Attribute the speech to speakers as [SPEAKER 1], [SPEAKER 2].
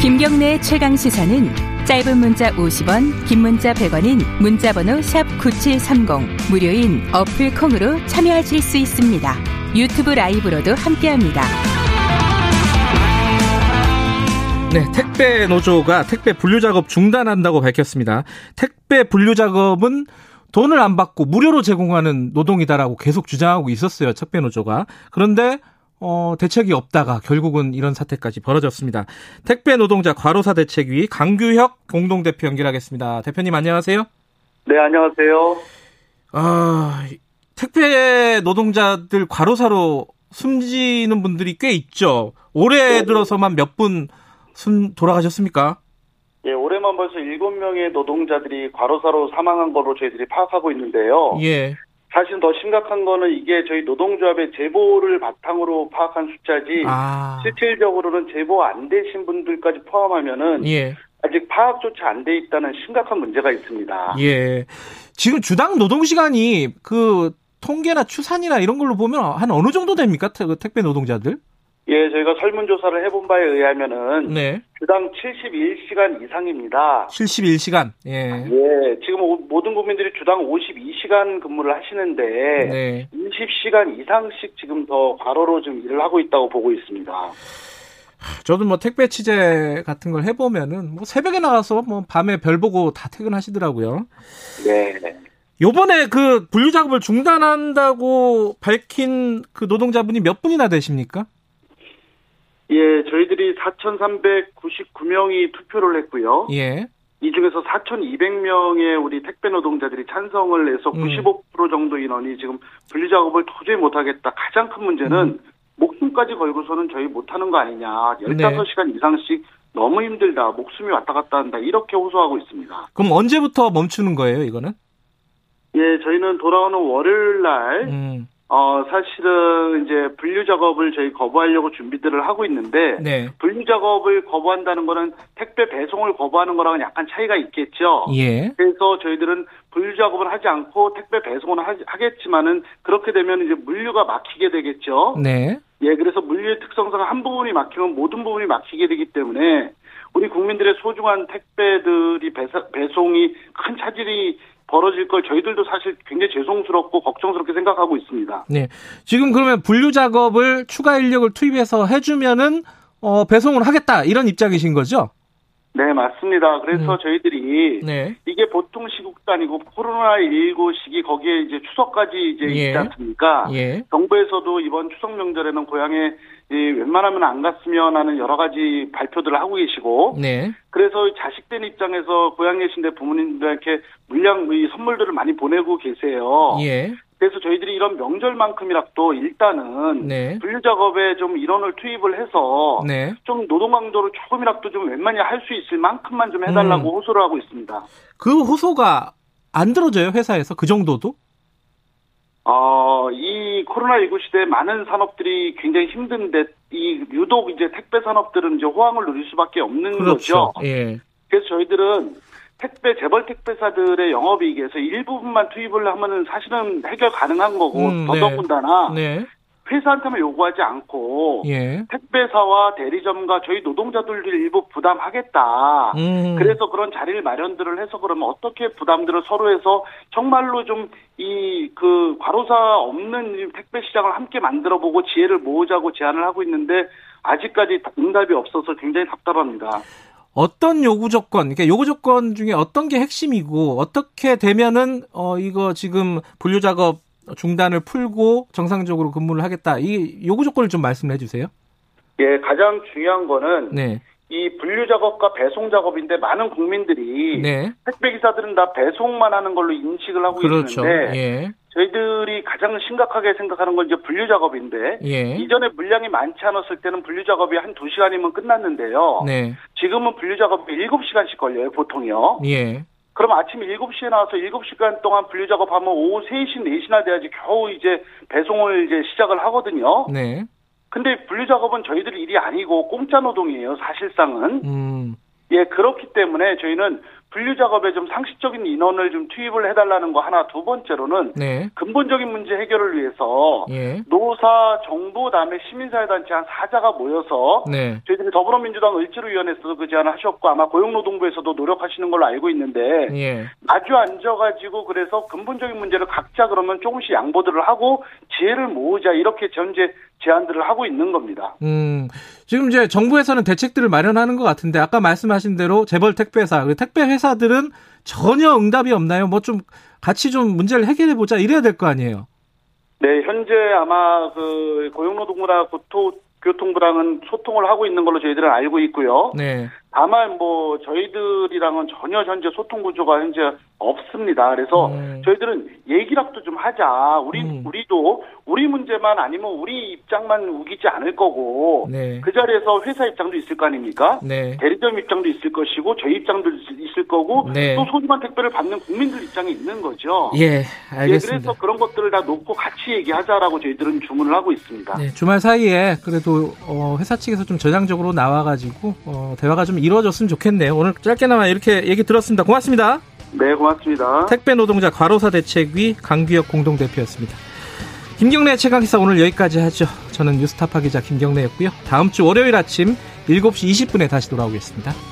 [SPEAKER 1] 김경래 최강 시사는 짧은 문자 50원, 긴 문자 100원인 문자번호 샵 #9730 무료인 어플 콩으로 참여하실 수 있습니다. 유튜브 라이브로도 함께합니다.
[SPEAKER 2] 네, 택배 노조가 택배 분류 작업 중단한다고 밝혔습니다. 택배 분류 작업은 돈을 안 받고 무료로 제공하는 노동이다라고 계속 주장하고 있었어요. 택배 노조가. 그런데 어, 대책이 없다가 결국은 이런 사태까지 벌어졌습니다. 택배 노동자 과로사 대책위 강규혁 공동대표 연결하겠습니다. 대표님 안녕하세요.
[SPEAKER 3] 네, 안녕하세요.
[SPEAKER 2] 아, 택배 노동자들 과로사로 숨지는 분들이 꽤 있죠. 올해 들어서만 몇 분 숨 돌아가셨습니까?
[SPEAKER 3] 예, 올해만 벌써 7명의 노동자들이 과로사로 사망한 걸로 저희들이 파악하고 있는데요.
[SPEAKER 2] 예.
[SPEAKER 3] 사실 더 심각한 거는 이게 저희 노동조합의 제보를 바탕으로 파악한 숫자지
[SPEAKER 2] 아.
[SPEAKER 3] 실질적으로는 제보 안 되신 분들까지 포함하면은
[SPEAKER 2] 예.
[SPEAKER 3] 아직 파악조차 안 돼 있다는 심각한 문제가 있습니다.
[SPEAKER 2] 예. 지금 주당 노동 시간이 그 통계나 추산이나 이런 걸로 보면 한 어느 정도 됩니까? 택- 그 택배 노동자들?
[SPEAKER 3] 예, 저희가 설문조사를 해본 바에 의하면은
[SPEAKER 2] 네.
[SPEAKER 3] 주당 71시간 이상입니다.
[SPEAKER 2] 71시간. 예.
[SPEAKER 3] 예, 지금 오- 모든 국민들이 주당 52시간 근무를 하시는데
[SPEAKER 2] 네.
[SPEAKER 3] 20시간 이상씩 지금 더 과로로 지금 일을 하고 있다고 보고 있습니다.
[SPEAKER 2] 저도 뭐 택배 취재 같은 걸 해보면은 뭐 새벽에 나가서 뭐 밤에 별 보고 다 퇴근하시더라고요.
[SPEAKER 3] 네.
[SPEAKER 2] 요번에 그 분류 작업을 중단한다고 밝힌 그 노동자분이 몇 분이나 되십니까?
[SPEAKER 3] 예, 저희들이 4,399명이 투표를 했고요.
[SPEAKER 2] 예.
[SPEAKER 3] 이 중에서 4,200명의 우리 택배 노동자들이 찬성을 해서
[SPEAKER 2] 음.
[SPEAKER 3] 95% 정도 인원이 지금 분리 작업을 도저히 못하겠다. 가장 큰 문제는 목숨까지 걸고서는 저희 못하는 거 아니냐. 15시간 이상씩 너무 힘들다. 목숨이 왔다 갔다 한다. 이렇게 호소하고 있습니다.
[SPEAKER 2] 그럼 언제부터 멈추는 거예요, 이거는?
[SPEAKER 3] 예, 저희는 돌아오는 월요일 날
[SPEAKER 2] 음.
[SPEAKER 3] 어, 사실은 이제 분류 작업을 저희 거부하려고 준비들을 하고 있는데,
[SPEAKER 2] 네.
[SPEAKER 3] 분류 작업을 거부한다는 거는 택배 배송을 거부하는 거랑은 약간 차이가 있겠죠.
[SPEAKER 2] 예.
[SPEAKER 3] 그래서 저희들은 분류 작업을 하지 않고 택배 배송은 하지- 하겠지만은 그렇게 되면 이제 물류가 막히게 되겠죠.
[SPEAKER 2] 네.
[SPEAKER 3] 예, 그래서 물류의 특성상 한 부분이 막히면 모든 부분이 막히게 되기 때문에 우리 국민들의 소중한 택배들이 배사- 배송이 큰 차질이 벌어질 걸 저희들도 사실 굉장히 죄송스럽고 걱정스럽게 생각하고 있습니다.
[SPEAKER 2] 네. 지금 그러면 분류 작업을 추가 인력을 투입해서 해주면은 어, 배송을 하겠다 이런 입장이신 거죠?
[SPEAKER 3] 네, 맞습니다. 그래서
[SPEAKER 2] 음.
[SPEAKER 3] 저희들이
[SPEAKER 2] 네.
[SPEAKER 3] 이게 보통 시국도 아니고 코로나19 시기 거기에 이제 추석까지 이제
[SPEAKER 2] 예.
[SPEAKER 3] 있지 않습니까?
[SPEAKER 2] 예.
[SPEAKER 3] 정부에서도 이번 추석 명절에는 고향에 이 웬만하면 안 갔으면 하는 여러 가지 발표들을 하고 계시고
[SPEAKER 2] 네.
[SPEAKER 3] 그래서 자식된 입장에서 고향에 계신데 부모님들한테 물량 이 선물들을 많이 보내고 계세요.
[SPEAKER 2] 예.
[SPEAKER 3] 그래서 저희들이 이런 명절만큼이라도 일단은
[SPEAKER 2] 네.
[SPEAKER 3] 분류 작업에 좀 인원을 투입을 해서
[SPEAKER 2] 네.
[SPEAKER 3] 좀 노동 강도를 조금이라도 좀 웬만히 할 수 있을 만큼만 좀 해달라고
[SPEAKER 2] 음.
[SPEAKER 3] 호소를 하고 있습니다.
[SPEAKER 2] 그 호소가 안 들어져요 회사에서 그 정도도?
[SPEAKER 3] 어, 이 코로나19 시대에 많은 산업들이 굉장히 힘든데, 이 유독 이제 택배 산업들은 이제 호황을 누릴 수밖에 없는 거죠.
[SPEAKER 2] 예.
[SPEAKER 3] 그래서 저희들은 택배, 재벌 택배사들의 영업이익에서 일부분만 투입을 하면은 사실은 해결 가능한 거고,
[SPEAKER 2] 음, 네.
[SPEAKER 3] 더더군다나
[SPEAKER 2] 네.
[SPEAKER 3] 회사한테만 요구하지 않고,
[SPEAKER 2] 예.
[SPEAKER 3] 택배사와 대리점과 저희 노동자들도 일부 부담하겠다.
[SPEAKER 2] 음.
[SPEAKER 3] 그래서 그런 자리를 마련들을 해서 그러면 어떻게 부담들을 서로 해서 정말로 좀 이 그 과로사 없는 이 택배 시장을 함께 만들어 보고 지혜를 모으자고 제안을 하고 있는데 아직까지 응답이 없어서 굉장히 답답합니다.
[SPEAKER 2] 어떤 요구 조건, 그러니까 요구 조건 중에 어떤 게 핵심이고 어떻게 되면은 어 이거 지금 분류 작업 중단을 풀고 정상적으로 근무를 하겠다. 이 요구 조건을 좀 말씀해 주세요.
[SPEAKER 3] 예, 가장 중요한 거는
[SPEAKER 2] 네.
[SPEAKER 3] 이 분류 작업과 배송 작업인데 많은 국민들이
[SPEAKER 2] 네.
[SPEAKER 3] 택배 기사들은 다 배송만 하는 걸로 인식을 하고
[SPEAKER 2] 그렇죠.
[SPEAKER 3] 있는데
[SPEAKER 2] 예.
[SPEAKER 3] 저희들이 가장 심각하게 생각하는 건 이제 분류 작업인데
[SPEAKER 2] 예.
[SPEAKER 3] 이전에 물량이 많지 않았을 때는 분류 작업이 한 두시간이면 끝났는데요.
[SPEAKER 2] 네.
[SPEAKER 3] 지금은 분류 작업이 7시간씩 걸려요, 보통요.
[SPEAKER 2] 예.
[SPEAKER 3] 그럼 아침 7시에 나와서 7시간 동안 분류 작업하면 오후 3시, 4시나 돼야지 겨우 이제 배송을 이제 시작을 하거든요.
[SPEAKER 2] 네.
[SPEAKER 3] 근데 분류 작업은 저희들 일이 아니고 공짜 노동이에요, 사실상은.
[SPEAKER 2] 음.
[SPEAKER 3] 예, 그렇기 때문에 저희는 분류 작업에 좀 상식적인 인원을 좀 투입을 해달라는 거 하나 두 번째로는
[SPEAKER 2] 네.
[SPEAKER 3] 근본적인 문제 해결을 위해서
[SPEAKER 2] 예.
[SPEAKER 3] 노사 정부 다음에 시민사회단체 한 사자가 모여서
[SPEAKER 2] 네.
[SPEAKER 3] 저희들이 더불어민주당 을지로위원회에서도 그 제안을 하셨고 아마 고용노동부에서도 노력하시는 걸로 알고 있는데
[SPEAKER 2] 예.
[SPEAKER 3] 마주 앉아가지고 그래서 근본적인 문제를 각자 그러면 조금씩 양보들을 하고 지혜를 모으자 이렇게 현재 제안들을 하고 있는 겁니다.
[SPEAKER 2] 음, 지금 이제 정부에서는 대책들을 마련하는 것 같은데 아까 말씀하신 대로 재벌 택배사, 그리고 택배 회사들은 전혀 응답이 없나요? 뭐 좀 같이 좀 문제를 해결해 보자 이래야 될 거 아니에요.
[SPEAKER 3] 네, 현재 아마 그 고용노동부나 고토 교통부랑은 소통을 하고 있는 걸로 저희들은 알고 있고요.
[SPEAKER 2] 네.
[SPEAKER 3] 다만 뭐 저희들이랑은 전혀 현재 소통 구조가 현재 없습니다. 그래서
[SPEAKER 2] 음.
[SPEAKER 3] 저희들은 얘기라도 좀 하자. 우리
[SPEAKER 2] 음.
[SPEAKER 3] 우리도 우리 문제만 아니면 우리 입장만 우기지 않을 거고
[SPEAKER 2] 네.
[SPEAKER 3] 그 자리에서 회사 입장도 있을 거 아닙니까?
[SPEAKER 2] 네.
[SPEAKER 3] 대리점 입장도 있을 것이고 저희 입장도 있- 있을 거고
[SPEAKER 2] 네.
[SPEAKER 3] 또 소중한 택배를 받는 국민들 입장이 있는 거죠.
[SPEAKER 2] 예,
[SPEAKER 3] 예,
[SPEAKER 2] 알겠습니다.
[SPEAKER 3] 그래서 그런 것들을 다 놓고 같이 얘기하자라고 저희들은 주문을 하고 있습니다.
[SPEAKER 2] 네, 주말 사이에 그래도 어, 회사 측에서 좀 전향적으로 나와가지고 어, 대화가 좀 이루어졌으면 좋겠네요. 오늘 짧게나마 이렇게 얘기 들었습니다. 고맙습니다.
[SPEAKER 3] 네, 고맙습니다.
[SPEAKER 2] 택배 노동자 과로사 대책위 강규혁 공동대표였습니다. 김경래 최강기사 오늘 여기까지 하죠. 저는 뉴스타파 기자 김경래였고요. 다음 주 월요일 아침 7시 20분에 다시 돌아오겠습니다.